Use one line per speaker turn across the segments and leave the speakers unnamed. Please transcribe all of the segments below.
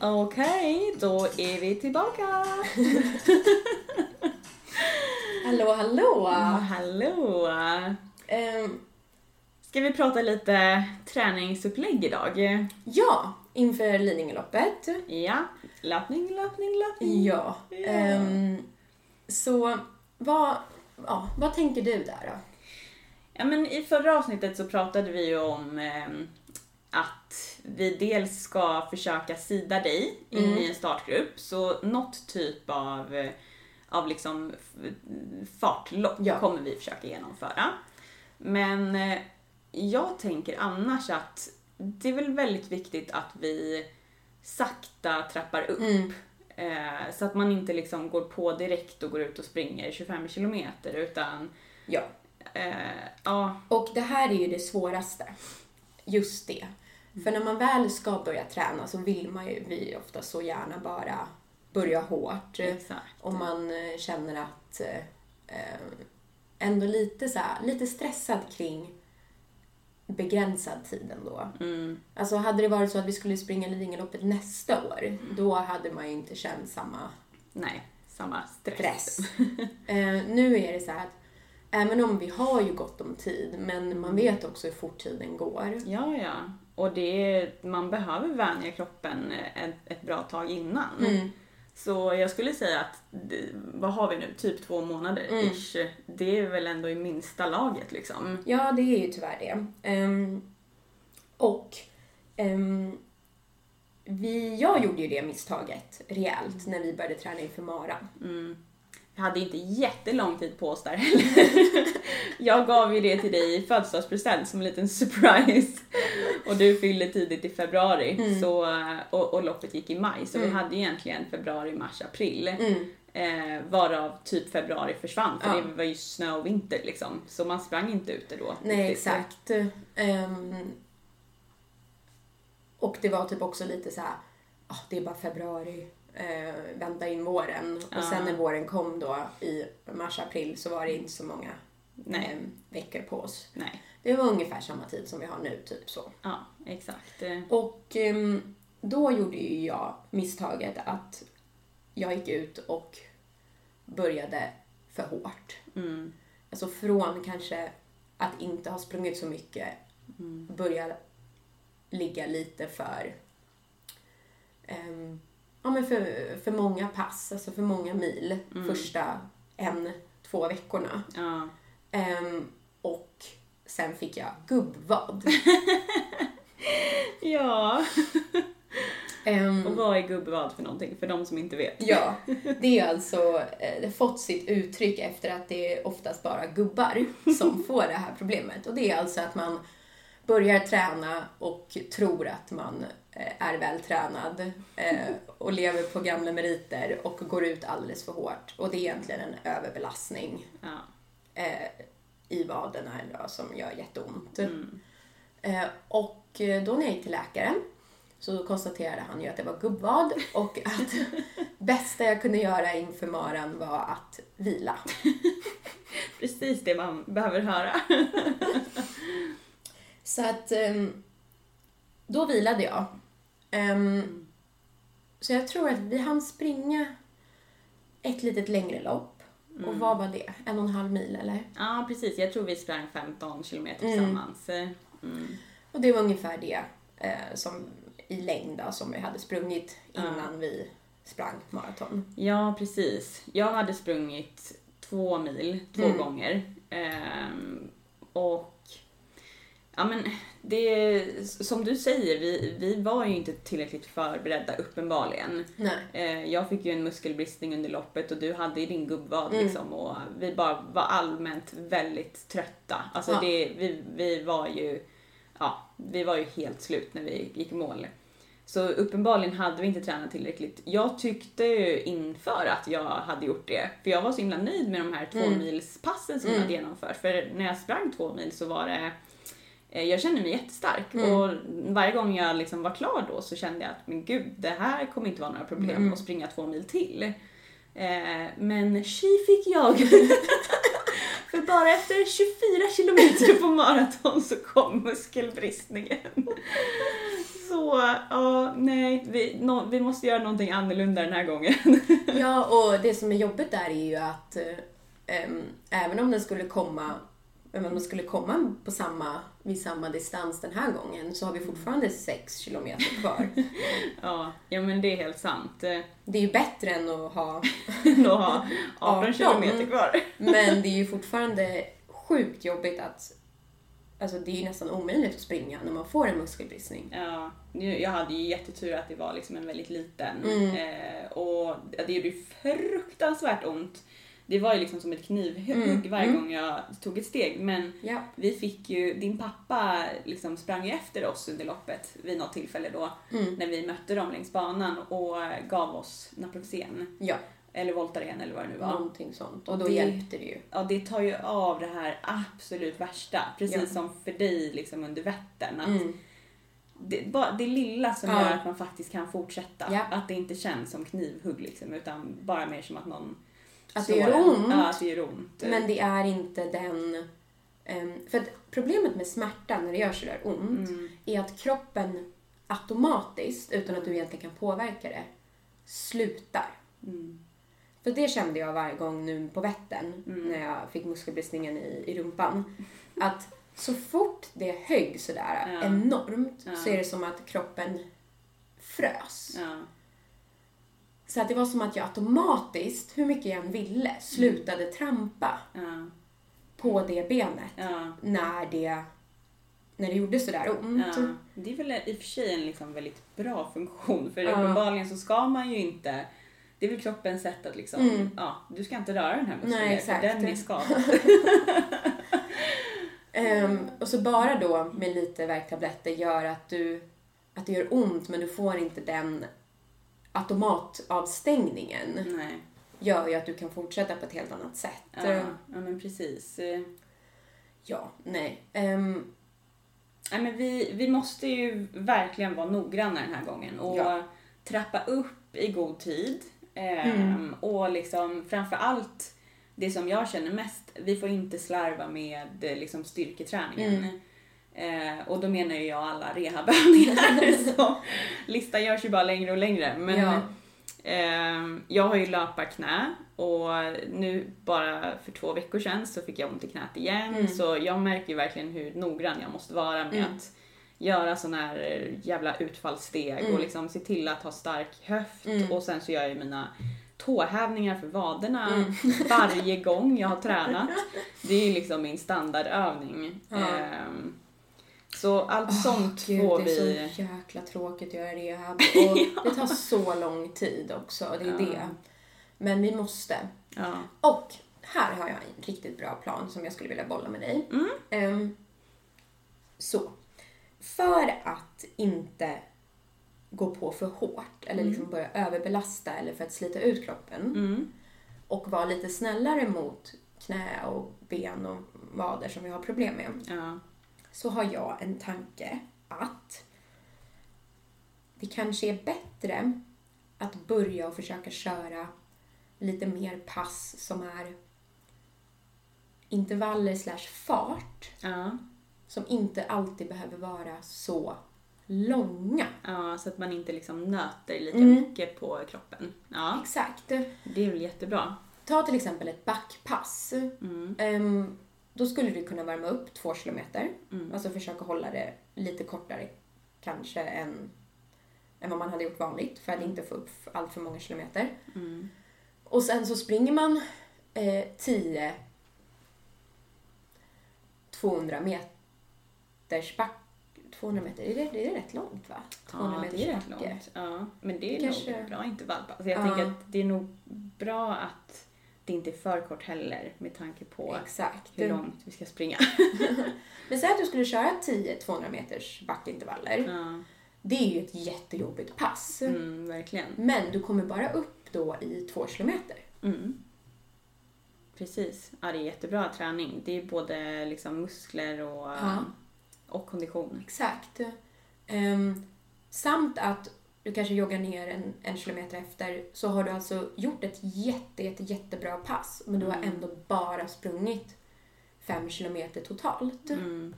Okej, då är vi tillbaka!
Hallå, hallå!
Ja, hallå!
Ehm,
Ska vi prata lite träningsupplägg idag?
ja, inför Lidingöloppet.
Ja, löpning, löpning, löpning.
Ja. ehm, så vad, ja, vad tänker du där då?
Ja, men I förra avsnittet så pratade vi ju om ehm, att vi dels ska försöka sida dig in
Mm.
i en startgrupp, så något typ av, eh, av liksom f- fartlopp
Ja.
kommer vi försöka genomföra. Men eh, jag tänker annars att det är väl väldigt viktigt att vi sakta trappar upp.
Mm.
Eh, så att man inte liksom går på direkt och går ut och springer 25 kilometer utan
Ja.
eh, ja,
Och det här är ju det svåraste. Just det. För när man väl ska börja träna så vill man ju, vi ofta så gärna bara börja hårt.
Exakt.
Typ. Om man eh, känner att eh, eh, ändå lite, så här, lite stressad kring begränsad tid ändå.
Mm,
Alltså hade det varit så att vi skulle springa Lidingöloppet nästa år, då hade man ju inte känt samma
nej, samma stress.
stress. eh, nu är det så här att även om vi har ju gott om tid, men man vet också hur fort tiden går.
Ja, ja. Och det är, man behöver vänja kroppen ett, ett bra tag innan.
Mm.
Så jag skulle säga att, det- vad har vi nu, typ två månader
Mm.
ish. Det är väl ändå i minsta laget liksom.
Ja, det är ju tyvärr det. Ehm, och ehm, vi, jag gjorde ju det misstaget rejält när vi började träna inför maran.
Mm. Jag hade inte jättelång tid på oss där heller. Jag gav ju det till dig i födelsedagspresent som en liten surprise. Och du fyllde tidigt i februari
Mm.
så, och, och loppet gick i maj. Så vi hade ju egentligen februari, mars, april. Eh, varav typ februari försvann för
Ja.
det var ju snö och vinter liksom. Så man sprang inte ute då.
Nej,
riktigt.
exakt. Ehm, och det var typ också lite så här, "Ah, det är bara februari, eh, vänta in våren.
Ja.
Och sen när våren kom då i mars-april så var det inte så många
Nej.
ehm, veckor på oss.
Nej.
Det var ungefär samma tid som vi har nu, typ så.
Ja, exakt. Eh,
Och ehm, då gjorde ju jag misstaget att jag gick ut och började för hårt.
Mm.
Alltså från kanske att inte ha sprungit så mycket,
mm.
börja ligga lite för, ehm, ja, men för, för många pass, alltså för många mil
Mm.
första en, två veckorna.
Ja.
Ehm, och sen fick jag gubbvad.
ja.
Ehm,
Och vad är gubbvad för någonting? För de som inte vet.
Ja, det är alltså eh, det har fått sitt uttryck efter att det är oftast bara gubbar som får det här problemet. Och det är alltså att man börjar träna och tror att man eh, är vältränad eh, och lever på gamla meriter och går ut alldeles för hårt. Och det är egentligen en överbelastning
Ja.
eh, i vaderna då, som gör jätteont.
Mm.
Eh, och eh, då när jag gick till läkaren så konstaterade han ju att det var gubbvad och att bästa jag kunde göra inför maran var att vila.
Precis det man behöver höra.
Så att ehm, då vilade jag. Ehm, så jag tror att vi hann springa ett litet längre lopp. Och vad var det? En och en halv mil eller?
Mm. Ja, precis. Jag tror vi sprang 15 kilometer
Mm.
tillsammans. Eh, Mm.
Och det var ungefär det eh, som i längd då, som vi hade sprungit innan vi sprang maraton.
Ja, precis. Jag hade sprungit två mil två
Mm.
gånger. Ehm, och ja, men det, som du säger, vi, vi var ju inte tillräckligt förberedda uppenbarligen.
Nej.
Eh, jag fick ju en muskelbristning under loppet och du hade ju din gubbvad
Mm.
liksom och vi bara var allmänt väldigt trötta. Alltså
Ja.
det, vi, vi var ju, ja, vi var ju helt slut när vi gick i mål. Så uppenbarligen hade vi inte tränat tillräckligt. Jag tyckte ju inför att jag hade gjort det, för jag var så himla nöjd med de här
Mm.
tvåmilspassen som jag hade genomfört. För när jag sprang två mil så var det eh, jag kände mig jättestark
Mm.
och varje gång jag liksom var klar då så kände jag att men gud, det här kommer inte vara några problem att springa två mil till. Eh, men tji fick jag! För bara efter 24 kilometer på maraton så kom muskelbristningen. så, ja, nej, vi, nå- vi måste göra någonting annorlunda den här gången.
Ja, och det som är jobbigt där är ju att eh, ehm, även om den skulle komma även om den skulle komma på samma, vid samma distans den här gången så har vi fortfarande 6 kilometer kvar.
Ja, ja men det är helt sant. Eh,
Det är ju bättre än att ha,
Då har 18
18.
kilometer kvar.
men det är ju fortfarande sjukt jobbigt att Alltså det är ju nästan omöjligt att springa när man får en muskelbristning.
Ja, nu- jag hade ju jättetur att det var liksom en väldigt liten
Mm.
eh, och det gjorde ju fruktansvärt ont. Det var ju liksom som ett knivhugg
Mm,
varje
mm.
gång jag tog ett steg men
Ja.
vi fick ju, din pappa liksom sprang ju efter oss under loppet vid något tillfälle då
Mm.
när vi mötte dem längs banan och gav oss Naproxen
Ja, Mm.
eller Voltaren eller vad det nu var.
någonting sånt. Och då
Det-
hjälpte det ju.
Ja, det tar ju av det här absolut värsta, precis
Ja.
som för dig liksom under Vättern. Att
Mm.
det, bara det lilla som
Ja.
gör att man faktiskt kan fortsätta.
Ja.
Att det inte känns som knivhugg liksom, utan bara mer som att någon
Att det
slår
gör
en.
ont.
Ja, att det gör ont. typ.
Men det är inte den... ehm, för att problemet med smärta när det gör sådär ont
Mm.
är att kroppen automatiskt, utan att du egentligen kan påverka det, slutar.
Mm.
För det kände jag varje gång nu på Vättern
Mm.
när jag fick muskelbristningen i, i rumpan. Att så fort det högg sådär
Ja.
enormt
Ja.
så är det som att kroppen frös.
Ja.
Så att det var som att jag automatiskt, hur mycket jag än ville, slutade trampa
Ja.
på det benet.
Ja.
när det, när det gjorde sådär ont.
Ja. Det är väl i och för sig en liksom väldigt bra funktion för
Ja.
uppenbarligen så ska man ju inte det är väl kroppens sätt att liksom,
Mm.
ja, du ska inte röra den här muskeln
Nej,
mer, för
exakt.
Alltså, den är skadad.
Ehm, och så bara då med lite värktabletter gör att du att det gör ont men du får inte den automatavstängningen
Nej.
gör ju att du kan fortsätta på ett helt annat sätt.
Ja,
Ehm,
ja men precis. Eh,
ja nej. Ehm,
Nej, men vi, vi måste ju verkligen vara noggranna den här gången och
Ja.
trappa upp i god tid. Ehm,
Mm.
Och liksom framför allt det som jag känner mest, vi får inte slarva med eh, liksom, styrketräningen.
Mm.
Eh, och då menar ju jag alla rehabövningar. så listan görs ju bara längre och längre. Men
Ja.
ehm, jag har ju löparknä och nu bara för två veckor sedan så fick jag ont i knät igen.
Mm.
Så jag märker ju verkligen hur noggrann jag måste vara med
Mm.
att göra såna här eh, jävla utfallssteg
Mm.
och liksom se till att ha stark höft
Mm.
och sen så gör jag ju mina tåhävningar för vaderna
Mm.
varje gång jag har tränat. Det är ju liksom min standardövning.
Ja.
Ehm, så allt
åh,
sånt
Gud,
får
det
vi...
är så jäkla tråkigt att göra rehab och det tar så lång tid också, det är
Ja.
det. Men vi måste.
Ja.
Och här har jag en riktigt bra plan som jag skulle vilja bolla med dig.
Mm.
Ehm, så. För att inte gå på för hårt eller liksom börja överbelasta eller för att slita ut kroppen
Mm.
och vara lite snällare mot knä och ben och vader som vi har problem med
Ja.
så har jag en tanke att det kanske är bättre att börja och försöka köra lite mer pass som är intervaller slash fart
Ja.
som inte alltid behöver vara så långa.
ja, så att man inte liksom nöter lika
Mm.
mycket på kroppen. Ja,
Exakt.
det är väl jättebra.
Ta till exempel ett backpass.
Mm.
Ehm, då skulle du kunna värma upp två kilometer.
Mm.
Alltså försöka hålla det lite kortare kanske än, än vad man hade gjort vanligt för att inte få upp allt för många kilometer.
Mm.
Och sen så springer man eh, 10 200 meters back, 200 meter, är det, det är rätt långt va? 200
Ja,
meters
det är rätt
backe.
långt. Ja, men det är
Kanske-
nog ett bra intervall. Alltså jag
Ja.
tänker att det är nog bra att det inte är för kort heller med tanke på
Exakt.
hur långt vi ska springa.
Men säg att du skulle köra 10 200 meters backintervaller.
Ja,
Det är ju ett jättejobbigt pass.
mm, verkligen.
Men du kommer bara upp då i 2 kilometer.
Mm. Precis. Ja, det är jättebra träning. Det är både liksom muskler och,
Ja.
och kondition.
Exakt. Ehm, samt att du kanske joggar ner en, en kilometer efter så har du alltså gjort ett jätte, jätte, jättebra pass men du har
Mm.
ändå bara sprungit fem kilometer totalt.
Mm.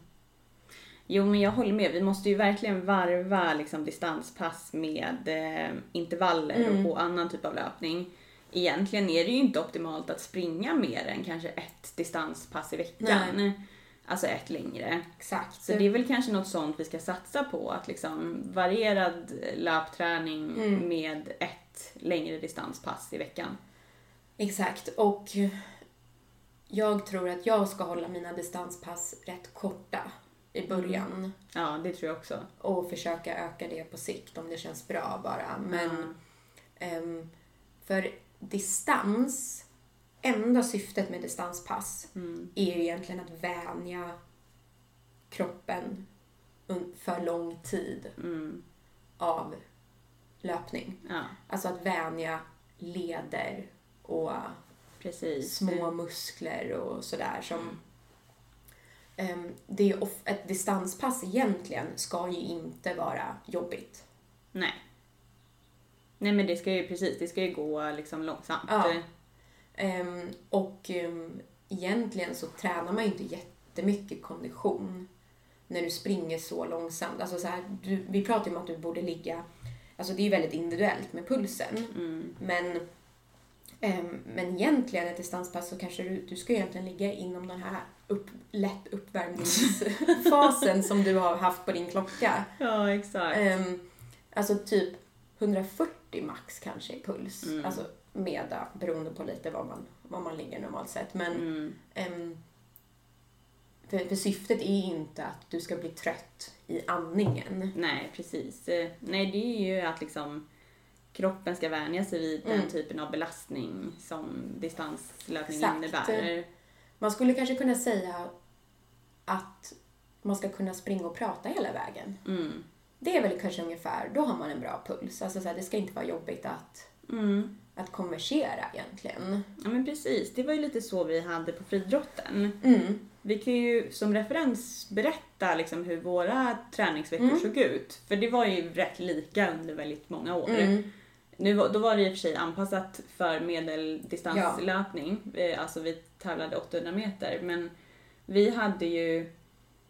Jo, men jag håller med. Vi måste ju verkligen varva liksom, distanspass med eh, intervaller
Mm.
och, och annan typ av löpning. Egentligen är det ju inte optimalt att springa mer än kanske ett distanspass i veckan. Alltså ett längre.
Exakt.
Så det är väl kanske något sånt vi ska satsa på, att liksom varierad löpträning
Mm.
med ett längre distanspass i veckan.
Exakt. Och jag tror att jag ska hålla mina distanspass rätt korta i början.
Ja, det tror jag också.
Och försöka öka det på sikt om det känns bra bara. Men
Mm.
ehm, för distans, enda syftet med distanspass
Mm.
är ju egentligen att vänja kroppen un- för lång tid
Mm.
av löpning.
Ja,
Alltså att vänja leder och
precis.
små muskler och sådär som Ehm, det är of- ett distanspass egentligen ska ju inte vara jobbigt.
Nej. Nej men det ska ju precis, det ska ju gå liksom långsamt.
Ja. Ehm, och ehm, egentligen så tränar man ju inte jättemycket kondition när du springer så långsamt. Alltså så här, du, vi pratar ju om att du borde ligga... Alltså det är ju väldigt individuellt med pulsen.
Mm.
Men, ehm, men egentligen ett distanspass så kanske du, du ska egentligen ligga inom den här upp, lätt uppvärmningsfasen som du har haft på din klocka.
ja exakt.
Ehm, alltså typ 140 max kanske i puls.
Mm.
Alltså meda, beroende på lite var man, var man ligger normalt sett. Men
Mm.
ehm, för, för syftet är inte att du ska bli trött i andningen.
Nej precis. Eh, Nej det är ju att liksom kroppen ska vänja sig vid
Mm.
den typen av belastning som distanslöpning
Exakt.
innebär.
Man skulle kanske kunna säga att man ska kunna springa och prata hela vägen.
Mm.
Det är väl kanske ungefär, då har man en bra puls. Alltså så här, det ska inte vara jobbigt att,
Mm.
att konversera egentligen.
Ja men precis, det var ju lite så vi hade på friidrotten.
Mm.
Vi kan ju som referens berätta liksom hur våra träningsveckor
Mm.
såg ut. För det var ju rätt lika under väldigt många år.
Mm.
Nu, var- då var det i och för sig anpassat för medeldistanslöpning, Eh, alltså vi tävlade 800 meter, men vi hade ju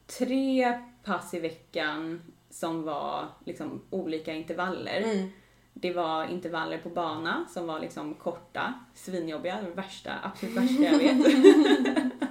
tre pass i veckan som var liksom olika intervaller.
Mm.
Det var intervaller på bana som var liksom korta, svinjobbiga, de värsta, absolut värsta jag vet.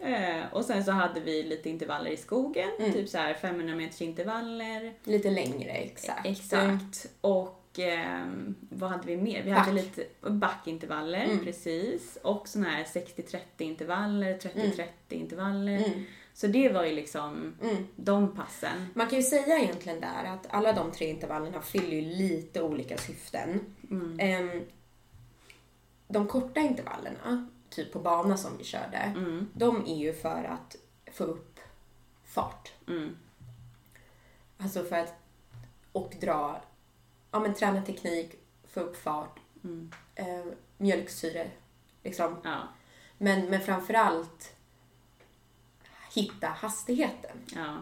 Eh, och sen så hade vi lite intervaller i skogen,
Mm.
typ så här 500 meters intervaller,
Lite längre, exakt.
Eh, Exakt. Och ehm, vad hade vi mer? Vi
Back.
hade lite backintervaller,
Mm.
precis. Och såna här 60-30 intervaller, 30-30 intervaller.
Mm.
Så det var ju liksom
Mm.
de passen.
Man kan ju säga egentligen där att alla de tre intervallerna fyller ju lite olika syften.
Mm.
Ehm, de korta intervallerna, typ på bana som vi körde,
Mm,
de är ju för att få upp fart.
mm,
Alltså för att och dra, ja men träna teknik, få upp fart,
mm.
eh, mjölksyre, liksom.
Ja,
Men, men framförallt hitta hastigheten.
ja.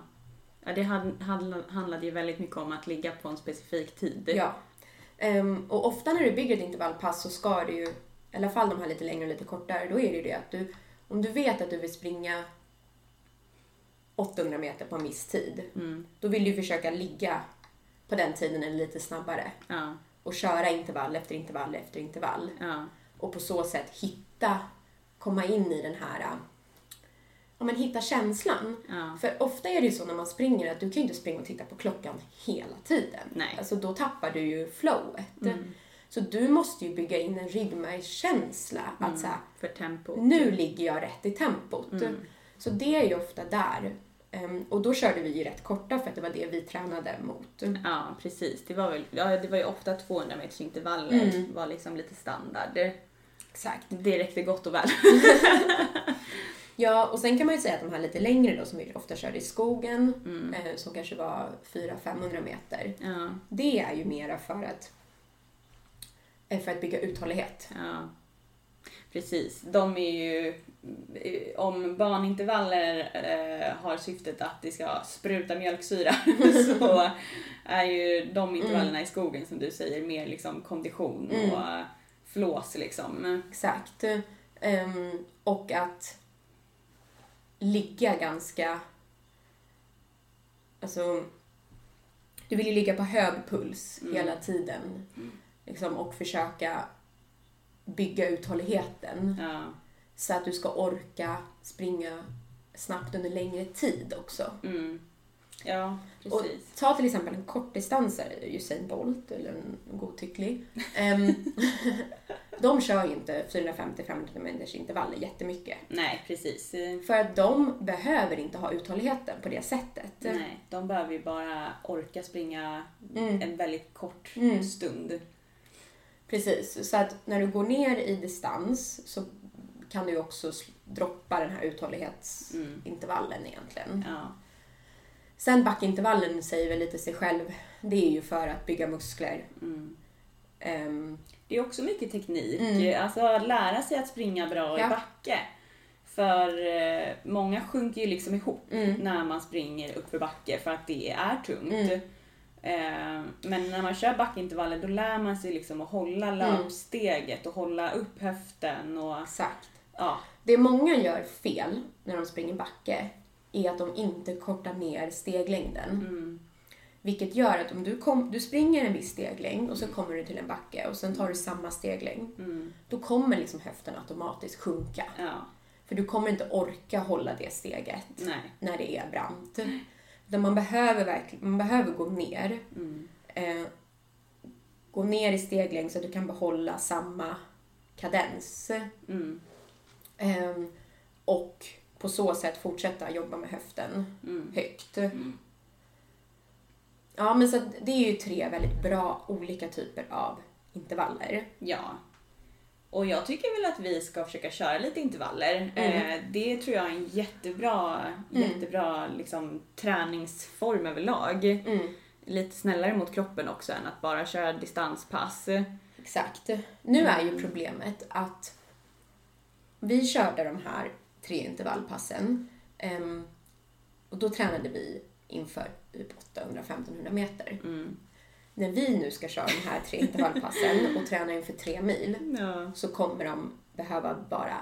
Ja, det hand- handla- handlade ju väldigt mycket om att ligga på en specifik tid.
Ja. Ehm, och ofta när du bygger ett intervallpass så ska du ju, i alla fall de här lite längre och lite kortare, då är det ju det att du, om du vet att du vill springa 800 meter på en viss tid,
Mm,
då vill du ju försöka ligga på den tiden eller lite snabbare
ja,
och köra intervall efter intervall efter intervall
ja,
och på så sätt hitta, komma in i den här, äh, ja men hitta känslan.
ja.
För ofta är det ju så när man springer att du kan ju inte springa och titta på klockan hela tiden.
Nej.
Alltså då tappar du ju flowet.
Mm.
Så du måste ju bygga in en ryggmärgskänsla.
Mm.
Att så här,
För tempo.
alltså,
Mm.
nu ligger jag rätt i tempot. Så det är ju ofta där. Ehm, och då körde vi ju rätt korta för att det var det vi tränade mot.
Ja, precis. Det var, väl, ja, det var ju ofta 200 meters intervaller,
Mm.
var liksom lite standard.
Exakt.
Det räckte gott och väl.
Ja, och sen kan man ju säga att de här lite längre då som vi ofta körde i skogen,
Mm.
eh, som kanske var 400-500 meter.
Ja,
Det är ju mera för att, eh, för att bygga uthållighet.
ja. Precis. De är ju... eh, Om banintervaller eh, har syftet att det ska spruta mjölksyra så är ju de intervallerna i skogen som du säger mer liksom kondition
Mm.
och eh, flås liksom.
Exakt. Ehm, och att ligga ganska Alltså, du vill ju ligga på hög puls hela tiden liksom, och försöka bygga uthålligheten
Ja.
så att du ska orka springa snabbt under längre tid också.
Mm. Ja,
Och
precis.
ta till exempel en kortdistansare, Usain Bolt eller en godtycklig. Ehm, de kör ju inte 450-500 meters intervaller jättemycket.
Nej, precis. Eh,
För att de behöver inte ha uthålligheten på det sättet.
Nej, de behöver ju bara orka springa
Mm.
en väldigt kort
Mm.
stund.
Precis, så att när du går ner i distans så kan du ju också sl- droppa den här
Mm.
uthållighetsintervallen egentligen.
Ja.
Sen backintervallen säger väl lite sig själv. Det är ju för att bygga muskler.
Mm.
Ehm,
Det är också mycket teknik.
Mm.
Alltså att lära sig att springa bra
Ja.
i backe. För eh, många sjunker ju liksom ihop
mm,
när man springer uppför backe för att det är tungt.
Mm.
Eh, Men när man kör backintervaller då lär man sig liksom att hålla
Mm.
löpsteget och hålla upp höften och
exakt.
ja.
Det många gör fel när de springer backe är att de inte kortar ner steglängden.
Mm.
Vilket gör att om du, kom, du springer en viss steglängd och så kommer du till en backe och sen tar du samma steglängd.
Mm.
Då kommer liksom höften automatiskt sjunka.
Ja.
För du kommer inte orka hålla det steget
Nej.
när det är brant. Utan man behöver, verkligen, man behöver gå ner.
Mm.
Eh, gå ner i steglängd så att du kan behålla samma kadens.
Mm.
Eh, och på så sätt fortsätta jobba med höften
Mm.
högt. Ja, men så att det är ju tre väldigt bra olika typer av intervaller.
Ja. Och jag tycker väl att vi ska försöka köra lite intervaller.
Mm.
Eh, det tror jag är en jättebra,
Mm.
jättebra liksom, träningsform överlag.
Mm,
Lite snällare mot kroppen också än att bara köra distanspass.
exakt. Nu är ju problemet att vi körde de här tre intervallpassen ehm, och då tränade vi inför typ 800-1500 meter.
Mm.
När vi nu ska köra de här tre intervallpassen och träna inför tre mil
Ja.
så kommer de behöva vara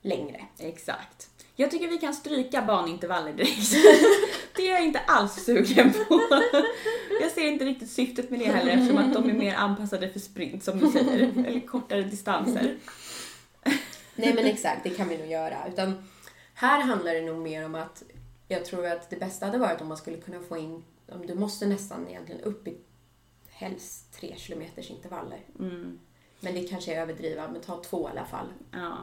längre.
Exakt. Jag tycker vi kan stryka banintervaller direkt. det är jag inte alls sugen på. Jag ser inte riktigt syftet med det heller eftersom att de är mer anpassade för sprint som du säger. Eller kortare distanser.
Nej men exakt, det kan vi nog göra. Utan här handlar det nog mer om att jag tror att det bästa hade varit om man skulle kunna få in, om du måste nästan egentligen upp i helst tre kilometers intervaller.
Mm.
Men det kanske är överdriva, men ta två i alla fall.
Ja.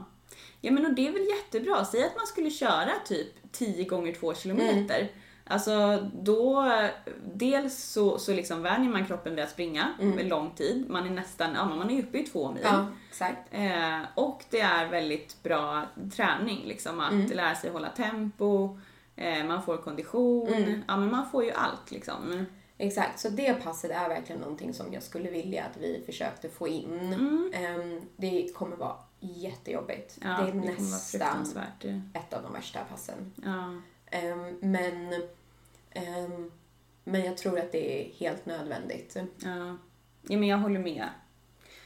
ja, men och det är väl jättebra. Säg att man skulle köra typ 10 gånger 2 kilometer.
Mm.
Alltså då, dels så, så liksom vänjer man kroppen vid att springa
Mm.
med lång tid. Man är nästan, ja men man är uppe i två mil.
Ja, Mm. exakt.
Eh, och det är väldigt bra träning, liksom att
Mm.
lära sig hålla tempo, eh, man får kondition,
Mm.
ja men man får ju allt liksom.
Exakt, så det passet är verkligen någonting som jag skulle vilja att vi försökte få in.
Mm.
Ehm, Det kommer vara jättejobbigt.
Ja,
det är
kommer vara
nästan
fruktansvärt.
ett av de värsta passen.
Ja.
Ehm, Men, ehm, men jag tror att det är helt nödvändigt.
Ja. ja, men jag håller med.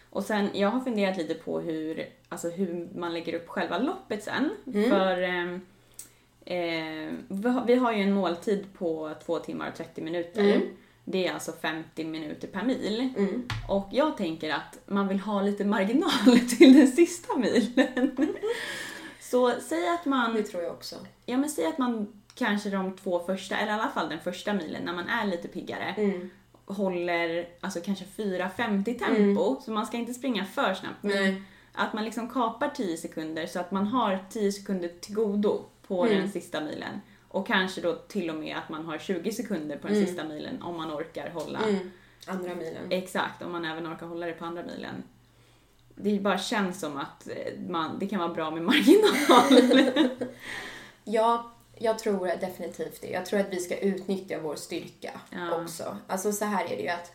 Och sen, jag har funderat lite på hur, alltså hur man lägger upp själva loppet sen.
Mm.
För eh, eh, vi har- vi har ju en måltid på 2 timmar och 30 minuter.
Mm.
Det är alltså 50 minuter per mil.
Mm.
Och jag tänker att man vill ha lite marginal till den sista milen. Så säg att man
Det tror jag också.
Ja men säg att man kanske de två första, eller i alla fall den första milen när man är lite piggare,
Mm.
håller alltså kanske 4.50 tempo. Så man ska inte springa för snabbt. Men
Nej.
att man liksom kapar 10 sekunder så att man har 10 sekunder till godo på
Mm.
den sista milen. Och kanske då till och med att man har 20 sekunder på den
Mm.
sista milen om man orkar hålla.
Mm. Andra milen.
Exakt, om man även orkar hålla det på andra milen. Det bara känns som att eh, man, det kan vara bra med marginal.
Ja, jag tror definitivt det. Jag tror att vi ska utnyttja vår styrka
Ja.
också. Alltså så här är det ju att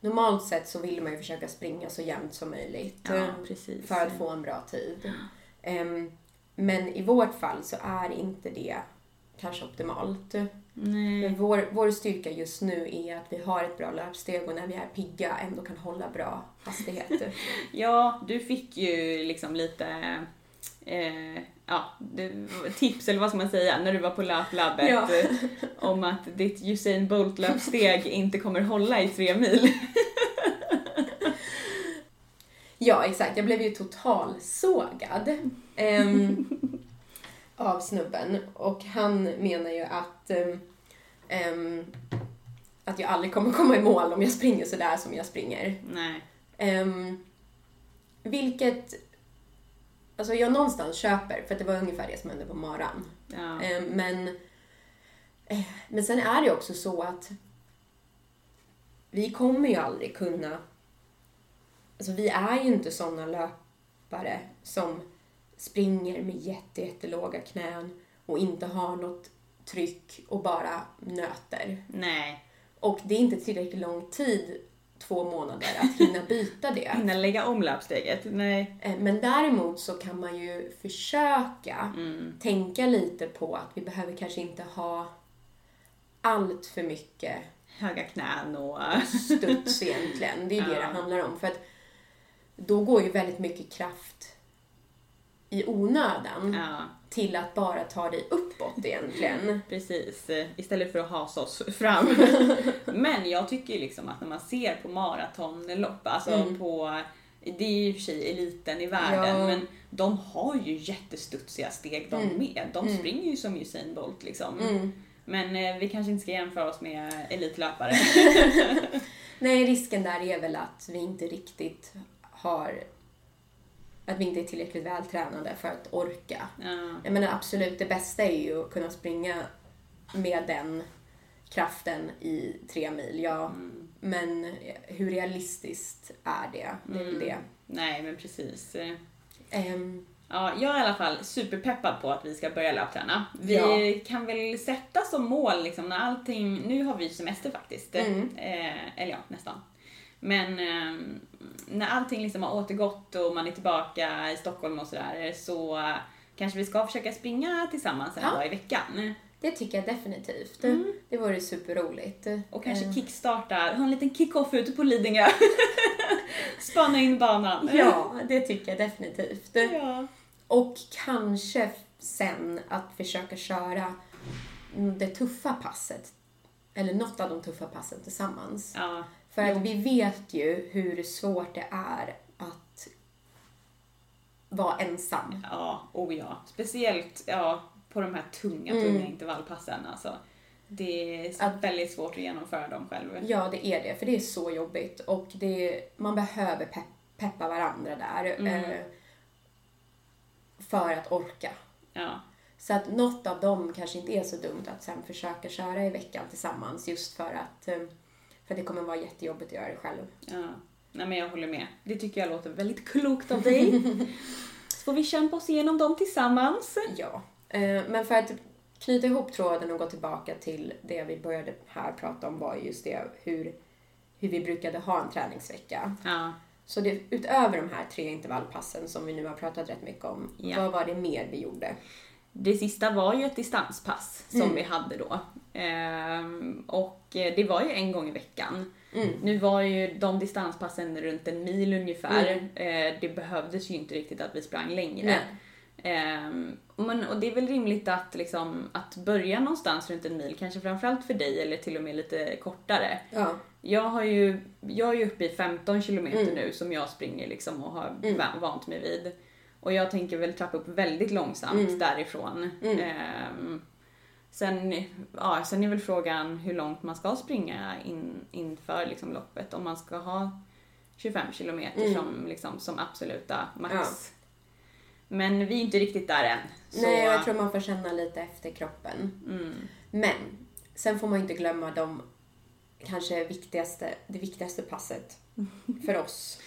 normalt sett så vill man ju försöka springa så jämnt som möjligt
ja,
eh,
precis.
för att få en bra tid. Ehm, men i vårt fall så är inte det kanske optimalt. Men
Nej.
vår, vår styrka just nu är att vi har ett bra löpsteg och när vi är pigga ändå kan hålla bra hastigheter.
Ja, du fick ju liksom lite eh, ja, du, tips eller vad ska man säga, när du var på löplabbet
Ja.
eh, om att ditt Usain Bolt-löpsteg inte kommer hålla i tre mil.
Ja, exakt. Jag blev ju totalsågad ehm, av snubben. Och han menar ju att, ehm, ehm, att jag aldrig kommer komma i mål om jag springer sådär som jag springer.
Nej.
Ehm, vilket alltså jag någonstans köper, för att det var ungefär det som hände på maran.
Ja.
Ehm, men, eh, men sen är det ju också så att vi kommer ju aldrig kunna... Alltså vi är ju inte sådana löpare som springer med jätte, jättelåga knän och inte har något tryck och bara nöter.
Nej.
Och det är inte tillräckligt lång tid, två månader, att hinna byta det.
Hinna lägga om löpsteget? Nej.
Eh, Men däremot så kan man ju försöka
Mm.
tänka lite på att vi behöver kanske inte ha allt för mycket
Höga knän och...
studs egentligen. Det är ju
Ja.
det det handlar om. För att då går ju väldigt mycket kraft i onödan
Ja,
till att bara ta dig uppåt egentligen.
Mm. precis. eh, Istället för att hasa oss fram. Men jag tycker ju liksom att när man ser på maratonlopp, alltså på... Det är ju i och för sig eliten i världen,
Mm. Ja. Mm.
men de har ju jättestudsiga steg de med. De springer ju som Usain Bolt liksom. Men eh, vi kanske inte ska jämföra oss med elitlöpare.
Nej, risken där är väl att vi inte riktigt har... Att vi inte är tillräckligt vältränade för att orka.
ja,
Jag menar absolut, det bästa är ju att kunna springa med den kraften i tre mil, ja.
Mm.
Men hur realistiskt är det? Det
Mm.
är väl det.
nej, men precis.
Ehm,
Ja, jag är i alla fall superpeppad på att vi ska börja löpträna. Vi
Ja.
kan väl sätta som mål liksom när allting, nu har vi semester faktiskt,
Mm.
eh, eller ja nästan. Men eh, när allting liksom har återgått och man är tillbaka i Stockholm och sådär så eh, kanske vi ska försöka springa tillsammans en
Ja.
dag i veckan.
det tycker jag definitivt. Det vore superroligt.
Mm. Och kanske
Ehm,
kickstarta, ha en liten kick-off ute på Lidingö. Spana in banan.
Ja, det tycker jag definitivt.
ja.
Och kanske sen att försöka köra det tuffa passet, eller något av de tuffa passen tillsammans.
ja.
För att vi vet ju hur svårt det är att vara ensam.
Ja, oh ja. Speciellt ja, på de här tunga, tunga intervallpassen. Alltså. Det är
Att-
väldigt svårt Mm. att genomföra dem själv.
Ja, det är det, för det är så jobbigt och det, man behöver pepp, peppa varandra där eh, för att orka.
Ja,
Så att något av dem kanske inte är så dumt att sen försöka köra i veckan tillsammans just för att, eh, för att det kommer vara jättejobbigt att göra det själv.
ja. Nej, men jag håller med. Det tycker jag låter väldigt klokt av dig. Så får vi kämpa oss igenom dem tillsammans.
Ja, eh, men för att knyta ihop tråden och gå tillbaka till det vi började här prata om var just det hur, hur vi brukade ha en träningsvecka.
Ja.
Så det, utöver de här tre intervallpassen som vi nu har pratat rätt mycket om,
Ja.
vad var det mer vi gjorde?
Det sista var ju ett distanspass som vi hade då. Ehm, och eh, det var ju en gång i veckan.
Mm.
Nu var ju de distanspassen runt en mil ungefär. Eh, det behövdes ju inte riktigt att vi sprang längre. Ehm, och men, och det är väl rimligt att, liksom, att börja någonstans runt en mil, kanske framförallt för dig eller till och med lite kortare.
Ja,
Jag, har ju, jag är ju uppe i 15 kilometer
Mm.
nu som jag springer liksom och har va- vant mig vid. Och jag tänker väl trappa upp väldigt långsamt
Mm.
därifrån. Ehm, sen, ja, sen är väl frågan hur långt man ska springa in, inför liksom loppet. Om man ska ha 25 kilometer
Mm.
som, liksom, som absoluta max. Men vi är inte riktigt där än. Så, Mm,
Nej, jag tror man får känna lite efter kroppen. Men sen får man ju inte glömma de kanske viktigaste, det viktigaste passet för oss.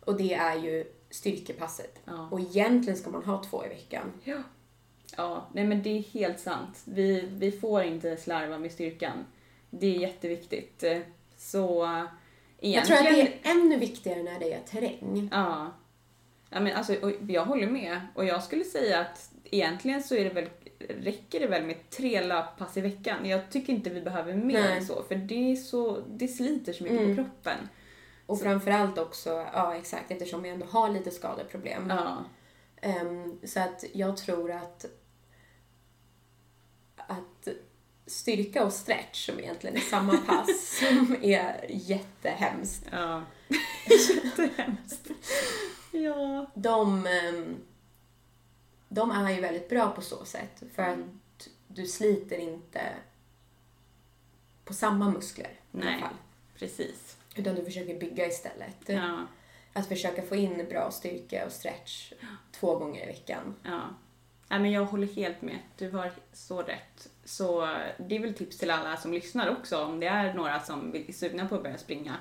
Och det är ju styrkepasset.
Ja.
Och egentligen ska man ha två i veckan.
Ja. Ja, nej men det är helt sant. Vi, vi får inte slarva med styrkan. Det är jätteviktigt. Eh, Så eh,
Jag
egentligen...
tror att det är ännu viktigare när det är terräng.
Ja. ja men alltså, och jag håller med. Och jag skulle säga att egentligen så är det väl, räcker det väl med tre löppass i veckan. Jag tycker inte vi behöver mer
Nej. Mm.
än så, för det, är så, det sliter så mycket på kroppen.
Mm. Och framförallt också, ja exakt, eftersom vi ändå har lite skadeproblem.
Ja.
Ehm, så att jag tror att, att styrka och stretch, som egentligen är samma pass, som är jättehemskt,
Ja. Jättehemskt. Ja.
de, ehm, de är ju väldigt bra på så sätt. För
Mm.
att du sliter inte på samma muskler i
Nej.
alla fall.
Precis.
Utan du försöker bygga istället.
Ja.
Att försöka få in bra styrka och stretch två gånger i veckan.
Ja. Nej, men jag håller helt med. Du har så rätt. Så det är väl tips till alla som lyssnar också om det är några som vill- är sugna på att börja springa.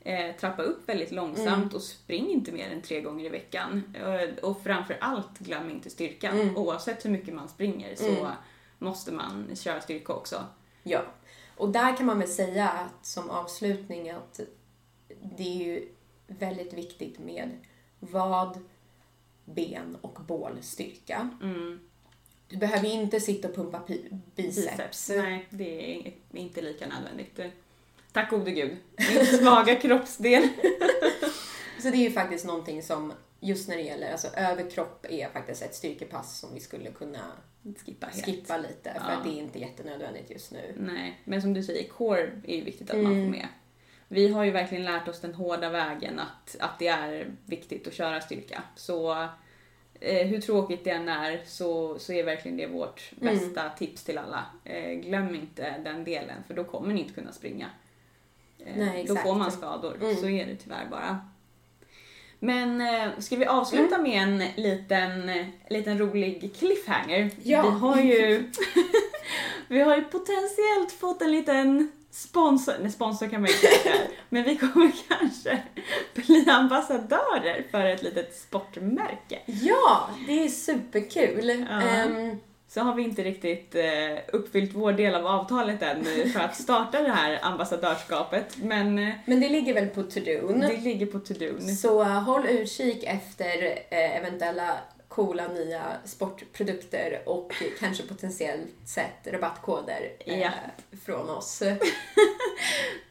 Eh, trappa upp väldigt långsamt
Mm.
och spring inte mer än tre gånger i veckan. Eh, och framför allt glöm inte styrkan.
Mm.
Oavsett hur mycket man springer så
Mm.
måste man köra styrka också.
Ja. Och där kan man väl säga att som avslutning att det är ju väldigt viktigt med vad, ben och bålstyrka.
Mm.
Du behöver inte sitta och pumpa pi- biceps.
Nej, det är inte lika nödvändigt. Eh, Tack gode gud. Min svaga kroppsdel.
Så det är ju faktiskt någonting som just när det gäller alltså överkropp är faktiskt ett styrkepass som vi skulle kunna
Skippa helt.
skippa lite för
Ja.
att det är inte jättenödvändigt just nu.
Nej, men som du säger, core är ju viktigt att man
Mm.
får med. Vi har ju verkligen lärt oss den hårda vägen att, att det är viktigt att köra styrka. Så eh, hur tråkigt det än är så, så är verkligen det vårt
Mm.
bästa tips till alla. Eh, glöm inte den delen för då kommer ni inte kunna springa. Eh,
Nej,
då
exakt.
får man skador,
Mm.
så är det tyvärr bara. Men eh, ska vi avsluta
Mm.
med en liten, liten rolig cliffhanger?
Ja.
Vi har ju vi har ju potentiellt fått en liten sponsor, nej sponsor kan man ju inte säga, men vi kommer kanske bli ambassadörer för ett litet sportmärke.
Ja, det är superkul!
Ja.
Ehm,
Så har vi inte riktigt eh, uppfyllt vår del av avtalet än eh, för att starta det här ambassadörskapet, men eh,
men det ligger väl på to-don.
det ligger på to-do.
Så eh, håll utkik efter eh, eventuella coola nya sportprodukter och kanske potentiellt sett rabattkoder eh,
Ja.
från oss.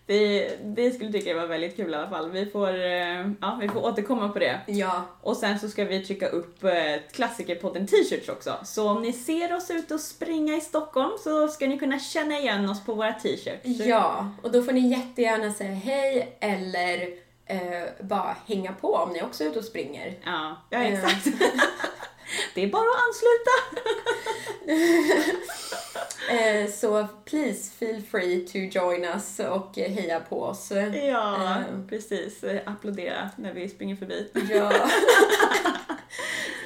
Vi, vi skulle tycka det var väldigt kul i alla fall. Vi får, eh, ja, vi får återkomma på det.
Ja,
Och sen så ska vi trycka upp eh, klassikerpodden t-shirts också. Så om ni ser oss ute och springa i Stockholm så ska ni kunna känna igen oss på våra t-shirts.
Ja, och då får ni jättegärna säga hej eller eh, bara hänga på om ni också är ute och springer. Ehm,
Ja, ja exakt. det är bara att ansluta.
Eh, så please feel free to join us och eh, heja på oss.
Ja,
Mm.
precis. Eh, Applådera när vi springer förbi.
Ja.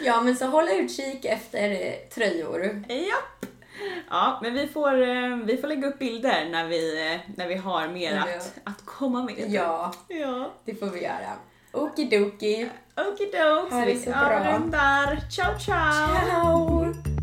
ja, men så håll utkik efter eh, tröjor.
Japp! Ja, men vi får, eh, vi får lägga upp bilder när vi, eh, när vi har mer
Ja.
att, att komma med.
Ja,
ja.
det får vi göra. Okidoki.
Okidokes,
Ha det
vi
så bra.
avrundar. Ciao, ciao!
Ciao!